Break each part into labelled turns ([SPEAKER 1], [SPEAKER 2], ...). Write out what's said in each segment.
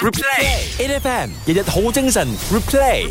[SPEAKER 1] Replay A F M 日日好精神。Replay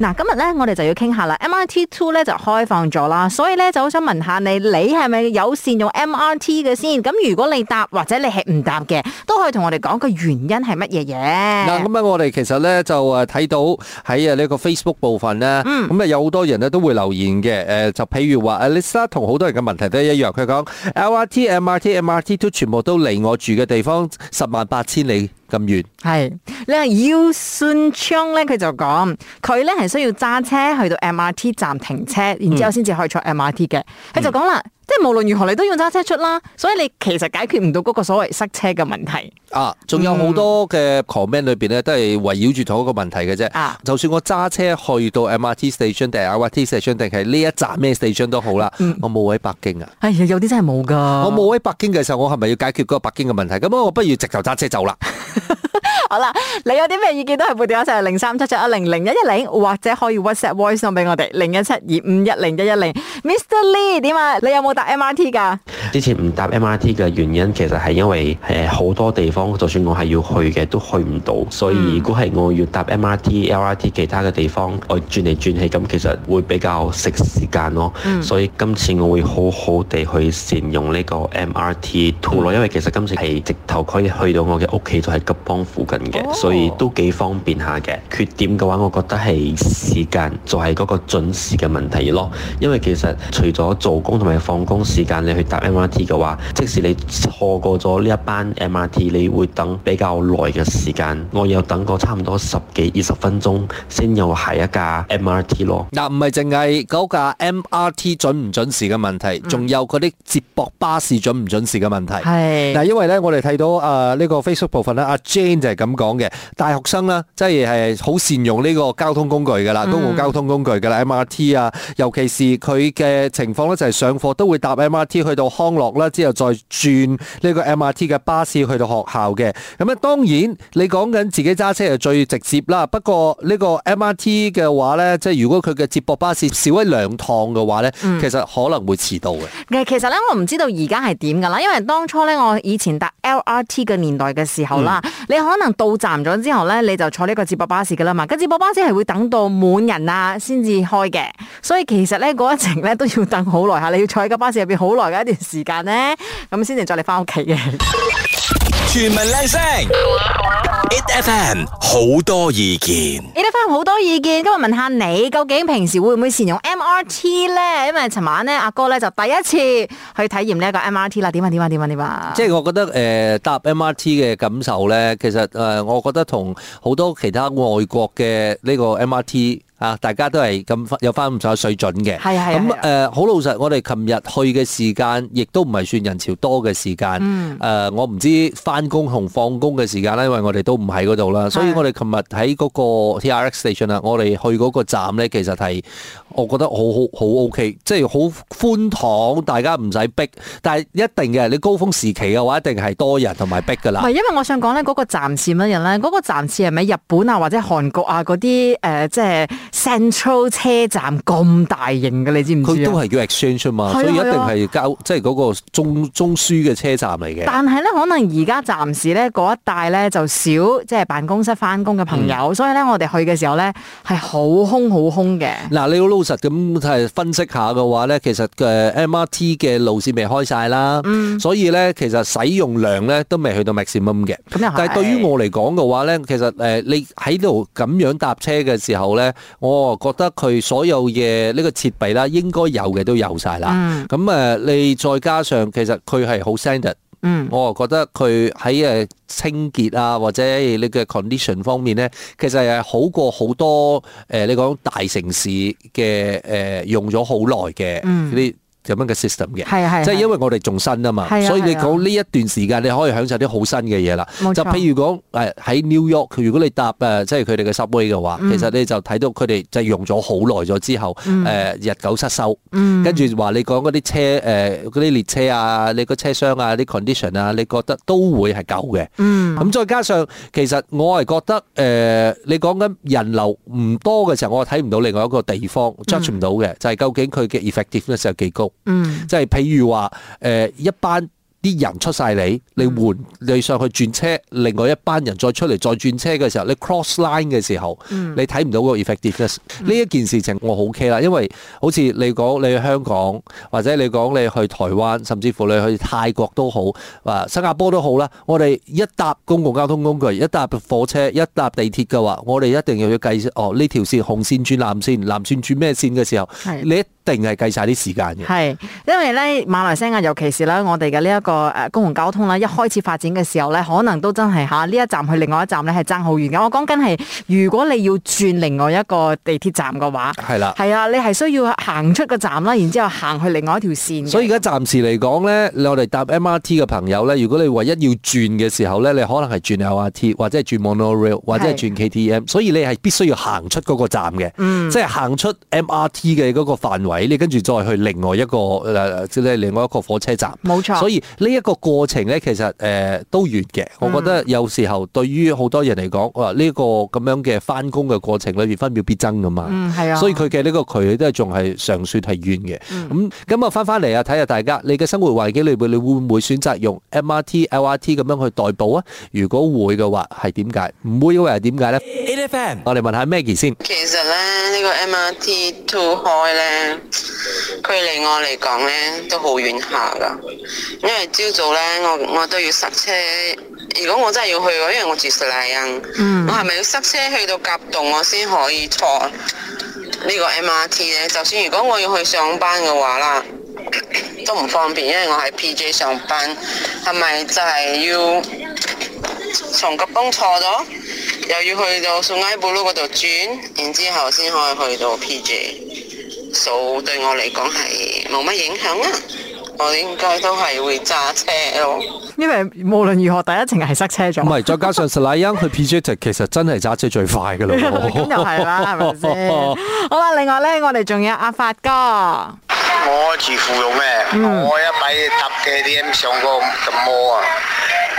[SPEAKER 2] 嗱，今日咧我哋就要傾下啦，MRT Two 咧就開放咗啦，所以咧就好想問下你，你係咪有善用 MRT 嘅先？咁如果你答或者你係唔答嘅，都可以同我哋講個原因係乜嘢
[SPEAKER 3] 嗱，
[SPEAKER 2] 嘢。
[SPEAKER 3] 咁啊，我哋其實咧就誒睇到喺誒呃呢個 Facebook 部分咧，咁啊有好多人咧都會留言嘅，誒就譬如話誒呃 Lisa 同好多人嘅問題都一樣，佢講 LRT、MRT、MRT 都全部都離我住嘅地方十萬八千里咁遠。
[SPEAKER 2] 係，你係 u s u n Chang 咧，佢就講佢咧係需要揸車去到 MRT 站停車，然之後先至可以坐 MRT 嘅。佢就講啦，即係無論如何你都要揸車出啦，所以你其實解決唔到嗰個所謂塞車嘅問題。
[SPEAKER 3] 啊，仲有好多嘅 comment 裏邊咧，都係圍繞住同一個問題嘅啫。
[SPEAKER 2] 啊
[SPEAKER 3] 就算我揸車去到 MRT station 定係 LRT station 定係呢一站咩 station 都好啦，我冇位北京啊。
[SPEAKER 2] 哎呀，有啲真係冇噶。
[SPEAKER 3] 我冇喺北京嘅時候，我係咪要解決嗰個北京嘅問題？咁我不如直頭揸車走啦。
[SPEAKER 2] 好啦，你有啲咩意見都係撥電話上嚟零三七七一零零一一零，或者可以 WhatsApp voice 送俾我哋零一七二五一零一一零。Mr. Lee 點啊？你有冇搭 MRT 㗎？
[SPEAKER 4] 之前唔搭 MRT 嘅原因其實係因為誒好、多地方，就算我係要去嘅都去唔到，所
[SPEAKER 3] 嗯
[SPEAKER 4] 以如果係我要搭 MRT、LRT 其他嘅地方，我轉嚟轉去，咁其實會比較食時間咯。
[SPEAKER 3] 嗯
[SPEAKER 4] 所以今次我會好好地去善用呢個 MRT 途
[SPEAKER 3] 嗯
[SPEAKER 4] 咯，因為其實今次係直頭可以去到我嘅屋企，就係吉邦附近嘅，
[SPEAKER 2] 哦
[SPEAKER 4] 所以都幾方便下嘅。缺點嘅話，我覺得係時間，就係、嗰個準時嘅問題咯。因為其實除咗做工同埋放工時間，你去搭 MRT 嘅話，即使你錯過咗呢一班 MRT，你會等比較耐嘅時間。我有等過差唔多十幾二十分鐘先有下一架 MRT 咯。
[SPEAKER 3] 嗱，唔係淨係嗰架 MRT 準唔準時嘅問題，仲有嗰啲接駁巴士準唔準時嘅問題。
[SPEAKER 2] 係
[SPEAKER 3] 嗱，因為咧，我哋睇到誒呢個 Facebook 部分咧，阿 Jane 就係咁講嘅，大學生啦，即係係好善用呢個交通工具噶啦，公共交通工具噶啦，MRT 啊，尤其是佢嘅情況咧，就係上課都會搭 MRT 去到康樂啦，之後再轉呢個 MRT 嘅巴士去到學校嘅。咁啊，當然你講緊自己揸車係最直接啦，不過呢個 MRT 嘅話咧，即係如果佢嘅接駁巴士少一兩趟嘅話咧，其實可能會遲到嘅。
[SPEAKER 2] 其實咧，我唔知道而家係點㗎啦，因為當初咧，我以前搭 LRT 嘅年代嘅時候啦，你可能到站咗之後咧，你就坐呢個接駁巴士㗎啦嘛，跟接駁巴士係會等到滿人啊先至開嘅，所以其實咧嗰一程咧都要等好耐下，你要坐喺個巴士入邊好耐嘅一段時間咧，咁先至再嚟翻屋企嘅。
[SPEAKER 1] 全民靚聲，It F M 好多意見。
[SPEAKER 2] 你得翻好多意見，今日問下你，究竟平時會唔會善用 MRT 咧？因為尋晚咧，阿哥咧就第一次去體驗呢一個 MRT 啦，點啊點啊點啊點啊！
[SPEAKER 3] 即係我覺得誒、呃搭 MRT 嘅感受咧，其實誒、呃我覺得同好多其他外國嘅呢個 MRT 啊，大家都係咁有翻咁上下水準嘅。
[SPEAKER 2] 係啊係啊
[SPEAKER 3] 咁
[SPEAKER 2] 係啊
[SPEAKER 3] 誒好老實，我哋琴日去嘅時間，亦都唔係算人潮多嘅時間。誒、我唔知翻工同放工嘅時間啦，因為我哋都唔喺嗰度啦，所以我哋琴日喺嗰個 TRX station 啊，我哋去嗰個站咧，其實係我覺得好好好 OK，即係好寬敞，大家唔使逼。但係一定嘅，你高峰時期嘅話，一定係多人同埋逼㗎
[SPEAKER 2] 唔
[SPEAKER 3] 啦
[SPEAKER 2] 係，。因為我想講咧，嗰個站是乜嘢咧？嗰、個站是係咪日本啊，或者韓國啊嗰啲誒，即係 Central 車站咁大型嘅，你知唔知
[SPEAKER 3] 佢
[SPEAKER 2] 啊
[SPEAKER 3] 都係叫 exchange 啊嘛，
[SPEAKER 2] 係啊
[SPEAKER 3] 所以一定
[SPEAKER 2] 係啊
[SPEAKER 3] 係交即係嗰個中中枢嘅車站嚟嘅。
[SPEAKER 2] 但係咧，可能而家暫時咧嗰一帶咧就少即係辦公室翻工嘅朋友，
[SPEAKER 3] 嗯
[SPEAKER 2] 所以咧我哋去嘅時候咧係好空好空嘅。
[SPEAKER 3] 嗱，你好老實咁係分析下嘅話咧，其實嘅 MRT 嘅路線未開晒啦，
[SPEAKER 2] 嗯
[SPEAKER 3] 所以咧其實使用量咧都未去到 maximum 嘅。
[SPEAKER 2] 咁又係
[SPEAKER 3] 但係對於我嚟講嘅話咧，其實誒你喺度咁樣搭車嘅時候咧，我覺得佢所有嘢呢個設備啦，應該有嘅都有晒啦。咁誒、你再加上其實佢係好 standard。
[SPEAKER 2] 嗯
[SPEAKER 3] 我啊覺得佢喺誒呃清潔啊，或者你嘅 condition 方面咧，其實係好過好多誒、呃你講大城市嘅誒、呃用咗好耐嘅呢啲咁樣嘅 system 嘅。
[SPEAKER 2] 嗯係啊係啊
[SPEAKER 3] 即係
[SPEAKER 2] 係啊
[SPEAKER 3] 因為我哋仲新啊嘛，
[SPEAKER 2] 係啊
[SPEAKER 3] 所以你
[SPEAKER 2] 係啊
[SPEAKER 3] 講呢一段時間你可以享受啲好新嘅嘢啦。
[SPEAKER 2] 冇錯
[SPEAKER 3] 就譬如講誒喺 New York，如果你搭誒即係佢哋嘅 subway 嘅話，
[SPEAKER 2] 嗯
[SPEAKER 3] 其實你就睇到佢哋就用咗好耐咗之後，誒、呃日久失修，
[SPEAKER 2] 嗯
[SPEAKER 3] 跟住話你講嗰啲車誒嗰啲列車啊，你個車廂啊啲 condition 啊，你覺得都會係舊嘅。
[SPEAKER 2] 嗯，
[SPEAKER 3] 咁再加上，其實我係覺得誒、呃你講緊人流唔多嘅時候，我睇唔到另外一個地方 judge 唔到嘅，就係究竟佢嘅 effectiveness 有幾高。
[SPEAKER 2] 嗯，
[SPEAKER 3] 即係譬如話誒、呃一班啲人出晒嚟，你換你上去轉車，另外一班人再出嚟再轉車嘅時候，你 cross line 嘅時候，
[SPEAKER 2] 嗯
[SPEAKER 3] 你睇唔到個 effectiveness。呢一件事情我好 care 啦，因為好似你講你去香港，或者你講你去台灣，甚至乎你去泰國都好，啊新加坡都好啦，我哋一搭公共交通工具，一搭火車，一搭地鐵嘅話，我哋一定要要計哦呢條線紅線轉藍線，藍線轉咩線嘅時候，
[SPEAKER 2] 係
[SPEAKER 3] 你一定係計晒啲時間嘅。
[SPEAKER 2] 係，因為咧馬來西亞尤其是咧我哋嘅呢一個誒公共交通啦，一開始發展嘅時候咧，可能都真係嚇呢一站去另外一站咧係爭好遠嘅。我講緊係如果你要轉另外一個地鐵站嘅話，
[SPEAKER 3] 係啦
[SPEAKER 2] 係啊，你係需要行出個站啦，然之後行去另外一條線嘅。
[SPEAKER 3] 所以而家暫時嚟講咧，我哋搭 MRT 嘅朋友咧，如果你唯一要轉嘅時候咧，你可能係轉 LRT 或者係轉 monorail 或者係轉 KTM，所以你係必須要行出嗰個站嘅，即係行出 MRT 嘅嗰個範圍，你跟住再去另外一個誒，即係另外一個火車站。
[SPEAKER 2] 冇錯
[SPEAKER 3] 所以呢一個過程咧，其實誒、呃都遠嘅。我覺得有時候對於好多人嚟講，哇！呢、個咁樣嘅翻工嘅過程裏邊分秒必爭噶嘛。
[SPEAKER 2] 嗯係啊
[SPEAKER 3] 所以佢嘅呢個距離都係仲係尚算係遠嘅。
[SPEAKER 2] 嗯
[SPEAKER 3] 咁咁啊，翻翻嚟啊，睇下大家你嘅生活環境裏邊，你會唔會選擇用 MRT、LRT 咁樣去代步啊？如果會嘅話，係點解？唔會嘅話係點解咧？
[SPEAKER 1] ，A F M，
[SPEAKER 3] 我哋問下 Maggie 先。
[SPEAKER 5] 其實咧，呢、個 MRT Two 開咧，距離我嚟講咧都好遠下噶。因為朝早咧，我我都要塞車。如果我真係要去嘅話，因為我住石禮恩，我係咪要塞車去到甲洞我先可以坐呢個 MRT 咧？就算如果我要去上班嘅話啦。都唔方便，因為我喺 PJ 上班，係咪就係要從吉邦坐咗，又要去到宋埃布魯嗰度轉，然之後先可以去到 PJ，數對我嚟講係冇乜影響啊！我應該都係會揸車咯。
[SPEAKER 2] 因為無論如何第一程係塞車咗
[SPEAKER 1] 啊
[SPEAKER 3] 唔。係，再加上 s l i 去 PJ 就其實真係揸車最快噶 啦喎。
[SPEAKER 2] 咁又係啦，係咪 先？好啦，另外咧，我哋仲有阿發哥。
[SPEAKER 6] 我住芙蓉咩？
[SPEAKER 3] 嗯
[SPEAKER 6] 我一擺搭嘅 D M 上個咁摩啊，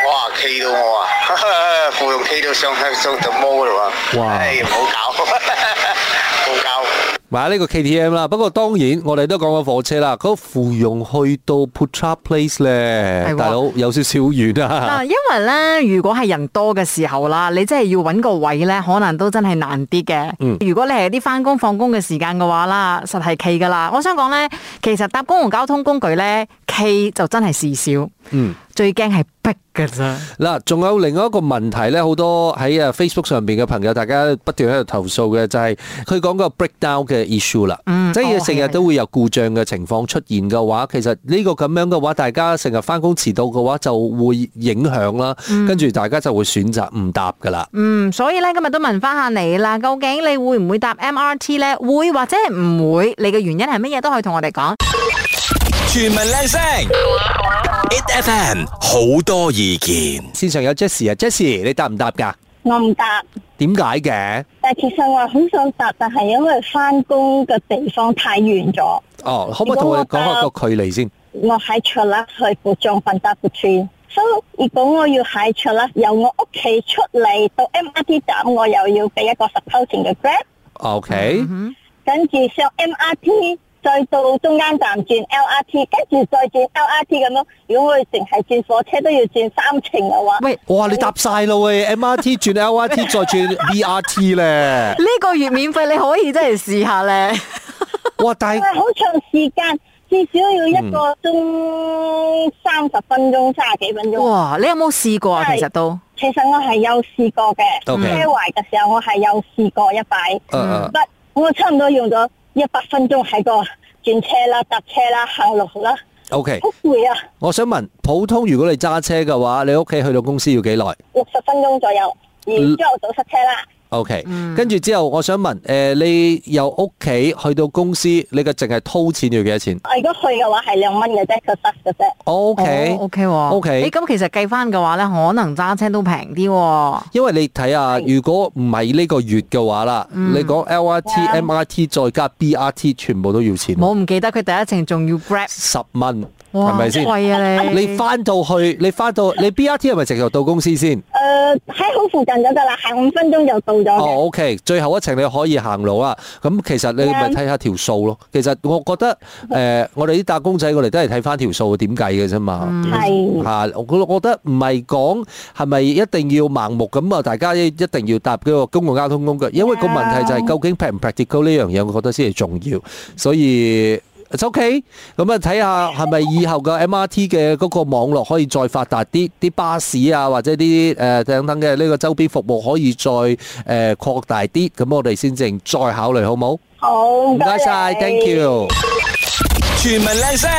[SPEAKER 6] 哇企到我啊， 芙蓉企到上向上咁摩嗰度啊，
[SPEAKER 3] 哇
[SPEAKER 6] 唉唔好搞， 唔好搞。
[SPEAKER 3] 買啊呢個 KTM 啦，不過當然我哋都講緊火車啦，嗰、個芙蓉去到 Putra Place 咧
[SPEAKER 2] 係喎，
[SPEAKER 3] 大佬有少少遠啊
[SPEAKER 2] 嗱，。因為咧，如果係人多嘅時候啦，你真係要揾個位咧，可能都真係難啲嘅。
[SPEAKER 3] 嗯
[SPEAKER 2] 如果你係啲翻工放工嘅時間嘅話啦，實係企噶啦。我想講咧，其實搭公共交通工具咧，企就真係事少。
[SPEAKER 3] 嗯，
[SPEAKER 2] 最驚係逼㗎咋。
[SPEAKER 3] 嗱，仲有另外一個問題咧，好多喺啊 Facebook 上邊嘅朋友，大家不斷喺度投訴嘅就係佢講個 breakdown 嘅 issue 啦，
[SPEAKER 2] 嗯
[SPEAKER 3] 即
[SPEAKER 2] 哦
[SPEAKER 3] 係成
[SPEAKER 2] 係啊
[SPEAKER 3] 日都會有故障嘅情況出現嘅話，其實呢個咁樣嘅話，大家成日翻工遲到嘅話就會影響啦，跟住大家就會選擇唔搭噶啦。
[SPEAKER 2] 嗯，所以咧今日都問翻下你啦，究竟你會唔會搭 MRT 咧？會或者係唔會？你嘅原因係乜嘢都可以同我哋講。
[SPEAKER 1] 全民靚聲，It F M 好多意見。
[SPEAKER 3] 線上有 Jessie 啊，Jessie 你搭唔搭㗎？
[SPEAKER 7] 我唔搭，
[SPEAKER 3] 點解嘅？
[SPEAKER 7] 但其實我好想搭，但係因為翻工嘅地方太遠咗，
[SPEAKER 3] 哦，可唔可以同我哋講下個距離先？
[SPEAKER 7] 我喺卓立去古將笨搭古村。所以如果我要喺卓立由我屋企出嚟到 MRT 站，我又要俾一個 supposing 嘅 grab，
[SPEAKER 3] OK，
[SPEAKER 7] 跟住上 MRT，再到中間站轉 LRT，跟住再轉 LRT 咁樣。如果我淨係轉火車都要轉三程嘅話，
[SPEAKER 2] 喂，
[SPEAKER 3] 哇！你搭晒咯喂，MRT 轉 LRT 再轉 BRT 咧，
[SPEAKER 2] 呢個月免費你可以真係試下咧。
[SPEAKER 3] 哇！但
[SPEAKER 7] 因
[SPEAKER 3] 係
[SPEAKER 7] 為好長時間，至少要一個鐘三十分鐘、三十幾分鐘。
[SPEAKER 2] 哇！你有冇試過啊？
[SPEAKER 7] 係
[SPEAKER 2] 其實都
[SPEAKER 7] 其實我係有試過嘅，車
[SPEAKER 3] OK
[SPEAKER 7] 壞嘅時候我係有試過一擺，
[SPEAKER 3] 嗯嗯
[SPEAKER 7] 不，我差唔多用咗一百分鐘喺個轉車啦、搭車啦、行路啦，
[SPEAKER 3] OK，
[SPEAKER 7] 好攰啊！
[SPEAKER 3] 我想問，普通如果你揸車嘅話，你屋企去到公司要幾耐
[SPEAKER 7] 六十分鐘左右，
[SPEAKER 3] 嗯
[SPEAKER 7] 而朝頭早塞車啦，
[SPEAKER 3] ？OK，跟住之後，我想問，誒，你由屋企去到公司，你嘅淨係掏錢要幾多錢
[SPEAKER 7] 我如果去嘅話係兩蚊嘅啫，佢塞嘅啫。
[SPEAKER 2] 哦
[SPEAKER 3] 哦？OK。
[SPEAKER 2] O K
[SPEAKER 3] OK
[SPEAKER 2] 咁其實計翻嘅話咧，可能揸車都平啲喎。
[SPEAKER 3] 因為你睇下，如果唔係呢個月嘅話啦，你講 LRT、MRT 再加 BRT，全部都要錢喎，
[SPEAKER 2] 我唔記得佢第一程仲要 grab，
[SPEAKER 3] 十蚊。
[SPEAKER 2] 哇，
[SPEAKER 3] 係咪先？
[SPEAKER 2] 貴啊你！
[SPEAKER 3] 你翻到去，你翻到你 BRT 係咪直頭到公司先？
[SPEAKER 7] 诶呃喺好附近就得啦，行五分鐘就到咗嘅。
[SPEAKER 3] 哦，OK，最後一程你可以行路啦。咁其實你咪
[SPEAKER 7] 嗯
[SPEAKER 3] 睇下條數咯。其實我覺得诶、呃我哋啲打工仔，我哋都係睇翻條數點計嘅啫嘛。
[SPEAKER 7] 係
[SPEAKER 3] 吓，我覺我覺得唔係講係咪一定要盲目咁啊，大家一定要搭嗰個公共交通工具，因為個問題就係究竟 prac 唔 practical 呢樣嘢，我覺得先係重要，所以。It's OK，咁啊睇下係咪以後嘅 MRT 嘅嗰個網絡可以再發達啲，啲巴士啊或者啲誒、呃等等嘅呢個周邊服務可以再誒、呃、擴大啲，咁我哋先至再考慮好冇？
[SPEAKER 7] 好，
[SPEAKER 3] 唔
[SPEAKER 7] 唔
[SPEAKER 3] 該晒
[SPEAKER 7] 你
[SPEAKER 3] ，thank you。
[SPEAKER 1] 全民靚聲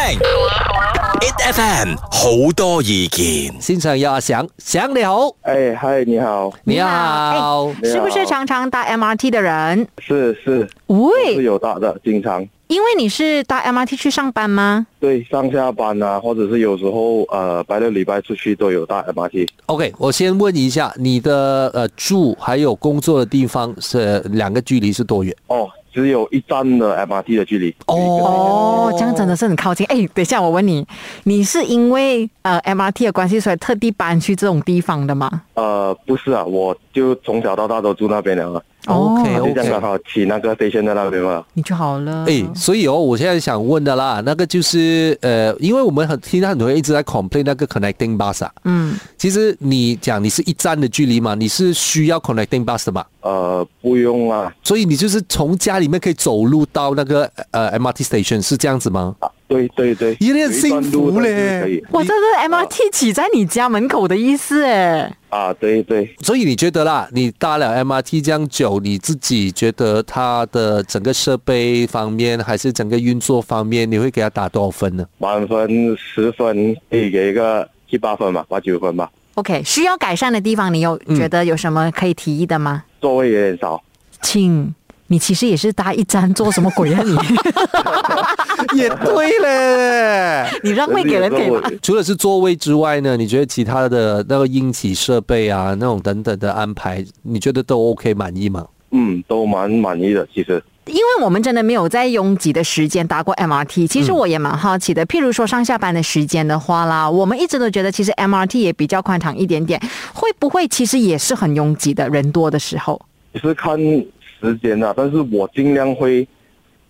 [SPEAKER 1] ，it FM 好多意見。
[SPEAKER 3] 線上有阿醒，醒你好，
[SPEAKER 8] 哎，嗨，你好，
[SPEAKER 3] 你啊
[SPEAKER 2] 你好
[SPEAKER 3] 好。
[SPEAKER 2] 是不是常常搭 MRT 的人？
[SPEAKER 8] 是是是
[SPEAKER 2] 喂，
[SPEAKER 8] 有搭的，经常
[SPEAKER 2] 因为你是搭 MRT 去上班吗？
[SPEAKER 8] 对上下班啊，或者是有时候呃白六礼拜出去都有搭 MRT。
[SPEAKER 3] OK，我先问一下，你的呃住还有工作的地方是两个距离是多远？
[SPEAKER 8] 哦，只有一站的 MRT 的距离。
[SPEAKER 2] 哦，这样真的是很靠近。哎，等一下，我问你，你是因为呃 MRT 的关系，所以特地搬去这种地方的吗？
[SPEAKER 8] 呃，不是啊，我就从小到大都住那边了啊，
[SPEAKER 3] OK
[SPEAKER 8] 就这样刚好起那个 station 在那边嘛。
[SPEAKER 2] 你就好了。
[SPEAKER 3] 哎，所以哦，我现在想问的啦，那个就是呃，因为我们很听到很多人一直在 complain 那个 connecting bus 啊，
[SPEAKER 2] 嗯，
[SPEAKER 3] 其实你讲你是一站的距离嘛，你是需要 connecting bus 的嘛，
[SPEAKER 8] 呃，不用啊，
[SPEAKER 3] 所以你就是从家里面可以走路到那个呃 MRT station 是这样子吗？
[SPEAKER 8] 啊对对对，
[SPEAKER 3] 有点
[SPEAKER 8] 一段
[SPEAKER 3] 幸
[SPEAKER 8] 路
[SPEAKER 3] 福
[SPEAKER 8] 但是可
[SPEAKER 3] 嘞
[SPEAKER 8] 以，
[SPEAKER 2] 哇，这是 MRT 起在你家门口的意思哎。
[SPEAKER 8] 啊，对对，
[SPEAKER 3] 所以你觉得啦，你搭了 MRT 这样久，你自己觉得它的整个设备方面，还是整个运作方面，你会给它打多少分呢？
[SPEAKER 8] 满分十分可以给一个七八分吧，八九分吧，
[SPEAKER 2] OK，需要改善的地方，你有
[SPEAKER 3] 嗯
[SPEAKER 2] 觉得有什么可以提议的吗？
[SPEAKER 8] 座位有点少。
[SPEAKER 2] 亲，你其实也是搭一站，做什么鬼 啊你？
[SPEAKER 3] 也对嘞。
[SPEAKER 2] 你让位给人可以吗？
[SPEAKER 3] 除了是座位之外呢，你觉得其他的呃那个应急设备啊，那种等等的安排，你觉得都 OK 满意吗？
[SPEAKER 8] 嗯，都蛮满意的，其实。
[SPEAKER 2] 因为我们真的没有在拥挤的时间搭过 MRT，其
[SPEAKER 3] 嗯
[SPEAKER 2] 实我也蛮好奇的。譬如说上下班的时间的话啦，我们一直都觉得其实 MRT 也比较宽敞一点点，会不会其实也是很拥挤的，人多的时候？
[SPEAKER 8] 也是看时间啊，但是我尽量会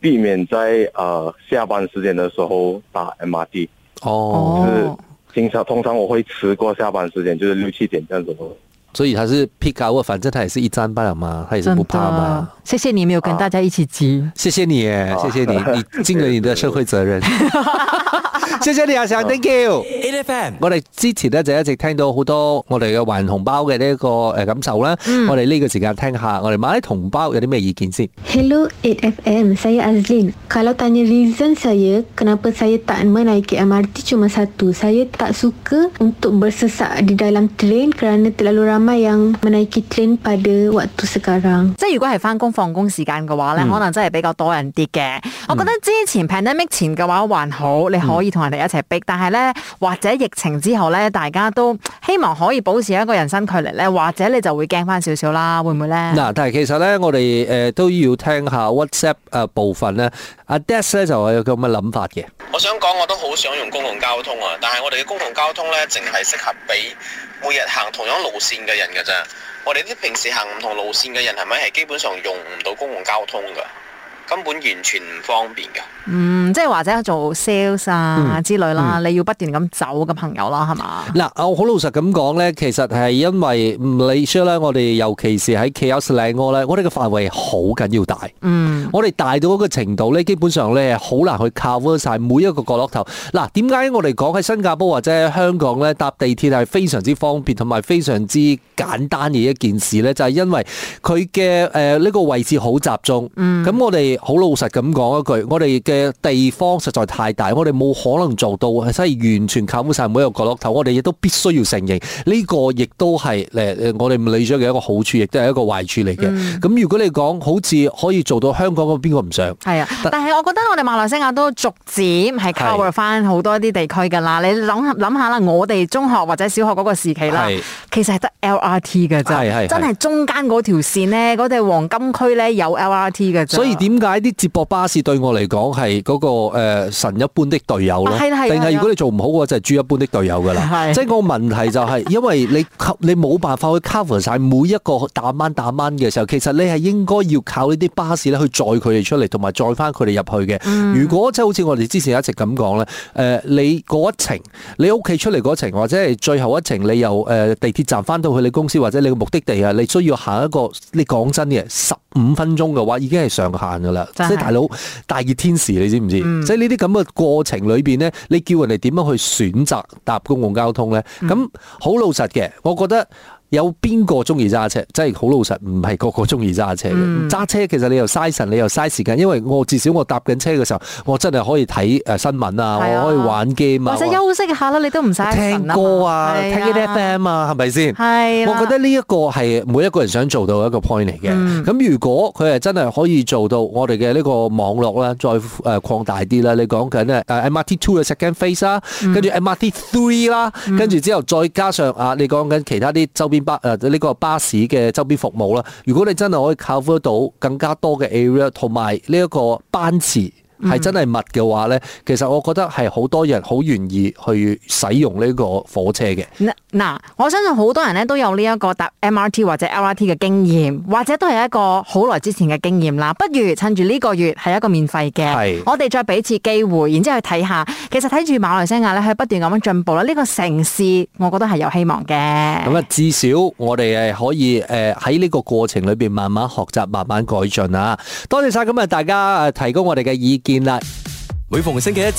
[SPEAKER 8] 避免在呃下班时间的时候搭 MRT，
[SPEAKER 3] 哦，
[SPEAKER 8] 就是经常通常我会迟过下班时间，就是六七点这样子咯。
[SPEAKER 3] 所以它是 pick hour，反正它也是一站半了嘛，它也是
[SPEAKER 2] 真
[SPEAKER 3] 不怕啊
[SPEAKER 2] 的
[SPEAKER 3] 嘛。，
[SPEAKER 2] 谢谢你没有跟大家一起急。
[SPEAKER 3] 谢谢你耶，谢谢你，你尽了你的社会责 任。谢谢你啊，想 thank you。
[SPEAKER 1] it FM
[SPEAKER 3] 我哋之前咧就一直聽到好多我哋嘅還紅包嘅呢一個誒感受啦。我哋呢個時間聽下，我哋馬拉同胞有啲咩意見先。
[SPEAKER 9] Hello 8FM, saya Azlin. Kalau tanya reason saya kenapa saya tak menaiki MRT cuma satu. Saya tak suka untuk bersesak di dalam train kerana terlalu ramai yang menaiki train pada waktu sekarang.
[SPEAKER 2] 即係如果係翻工放工時間嘅話
[SPEAKER 3] 嗯
[SPEAKER 2] 咧，可能真係比較多人啲嘅。我覺得之前 pandemic 前嘅話還好，
[SPEAKER 3] 嗯
[SPEAKER 2] 你可以同人哋一齊逼，但係咧或者疫情之後咧，大家都希望可以保持一個人生距離咧，或者你就會驚翻少少啦，會唔會咧？
[SPEAKER 3] 嗱，但係其實咧，我哋誒都要聽下 WhatsApp 誒部分咧。阿 Des 咧就有咁嘅諗法嘅。
[SPEAKER 5] 哦
[SPEAKER 10] 我想講，我都好想用公共交通啊，但係我哋嘅公共交通呢，淨係適合俾每日行同樣路線嘅人㗎咋。我哋啲平時行唔同路線嘅人係咪係基本上用唔到公共交通㗎？根本完全唔方便㗎。
[SPEAKER 2] 嗯，即係或者做 sales 啊之類啦，你要不斷咁走嘅朋友啦，係嘛？
[SPEAKER 3] 嗯嗱，我好老實咁講咧，其實係因為唔理 s 咧，我哋尤其是喺 KL 斯靚柯咧，我哋嘅範圍好緊要大。
[SPEAKER 2] 嗯，
[SPEAKER 3] 我哋大到嗰個程度咧，基本上咧好難去 cover 晒每一個角落頭。嗱，點解我哋講喺新加坡或者香港咧搭地鐵係非常之方便同埋非常之簡單嘅一件事咧？就係、因為佢嘅誒呢個位置好集中。嗯，咁我哋好老實咁講一句，我哋嘅地方實在太大，我哋冇可能做到係真係完全 cover 晒每一個角落頭。我哋亦都必須要承認呢、個亦都係誒誒我哋唔理咗嘅一個好處，亦都係一個壞處嚟嘅。
[SPEAKER 2] 嗯
[SPEAKER 3] 咁、如果你講好似可以做到香港咁，邊個唔想？
[SPEAKER 2] 係啊，但係我覺得我哋馬來西亞都逐漸係 cover 翻好多啲地區㗎啦。你諗諗下啦，我哋中學或者小學嗰個時期啦
[SPEAKER 3] 係，
[SPEAKER 2] 其實係得 LRT 嘅咋
[SPEAKER 3] 係係係，
[SPEAKER 2] 真係中間嗰條線咧，嗰條黃金區咧有 LRT 嘅咋。
[SPEAKER 3] 所以點解解啲接駁巴士對我嚟講係嗰個诶神一般的隊友咯？
[SPEAKER 2] 啊係啦係啦係
[SPEAKER 3] 定係
[SPEAKER 2] 啦
[SPEAKER 3] 如果你做唔好嘅話，就係豬一般的隊友㗎啦。
[SPEAKER 2] 係
[SPEAKER 3] 即係個問題就係，因為你 co- 你冇辦法去 cover 晒每一個打掹打掹嘅時候，其實你係應該要靠呢啲巴士咧去載佢哋出嚟，同埋載翻佢哋入去嘅。
[SPEAKER 2] 嗯
[SPEAKER 3] 如果即係好似我哋之前一直咁講咧，诶、你嗰一程，你屋企出嚟嗰程，或者係最後一程，你由诶、呃地鐵站翻到去你公司或者你嘅目的地啊，你需要行一個，你講真嘅，十五分鐘嘅話已經係上限㗎啦。即
[SPEAKER 2] 真係
[SPEAKER 3] 係大佬大熱天時，你知唔知？
[SPEAKER 2] 嗯
[SPEAKER 3] 即係呢啲咁嘅過程裏邊咧，你叫人哋點樣去選擇搭公共交通咧？
[SPEAKER 2] 嗯
[SPEAKER 3] 咁好、老實嘅，我覺得。有邊個中意揸車？真係好老實，唔係個個中意揸車
[SPEAKER 2] 嗯
[SPEAKER 3] 嘅。揸、車其實你又嘥神，你又嘥時間，因為我至少我搭緊車嘅時候，我真係可以睇誒新聞啊，
[SPEAKER 2] 係啊
[SPEAKER 3] 我可以玩 game 啊，
[SPEAKER 2] 或者
[SPEAKER 3] 我
[SPEAKER 2] 休息下啦，你都唔使
[SPEAKER 3] 聽歌啊，聽
[SPEAKER 2] 一
[SPEAKER 3] 啲 FM 啊，係咪先？
[SPEAKER 2] 係啦
[SPEAKER 3] 我覺得呢一個係每一個人想做到一個 point 嚟嘅。
[SPEAKER 2] 嗯
[SPEAKER 3] 咁、如果佢係真係可以做到我哋嘅呢個網絡啦，再誒擴大啲啦，你講緊咧誒 MRT Two 嘅 second phase 啦，
[SPEAKER 2] 嗯
[SPEAKER 3] 跟住 MRT Three 啦，跟住之後再加上啊，你講緊其他啲周邊巴誒呢個巴士嘅周邊服務啦。如果你真係可以 cover 到更加多嘅 area 同埋呢一個班次。
[SPEAKER 2] 嗯
[SPEAKER 3] 係真係密嘅話呢，其實我覺得係好多人好願意去使用呢個火車嘅。
[SPEAKER 2] 嗱嗱，我相信好多人咧都有呢一個搭 MRT 或者 LRT 嘅經驗，或者都係一個好耐之前嘅經驗啦。不如趁住呢個月係一個免費嘅
[SPEAKER 3] 係，
[SPEAKER 2] 我哋再俾次機會，然之後去睇下。其實睇住馬來西亞咧，佢不斷咁樣進步啦。呢、個城市，我覺得係有希望嘅。
[SPEAKER 3] 咁啊，至少我哋係可以誒喺呢個過程裏邊慢慢學習，慢慢改進啊！多謝晒咁啊，大家誒提供我哋嘅意見啦。
[SPEAKER 1] 每逢星期一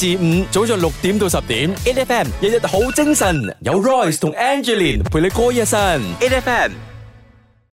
[SPEAKER 1] 至五早上六點到十點，8FM 日日好精神，有 Royce 同 Angeline 陪你過一晨，8FM。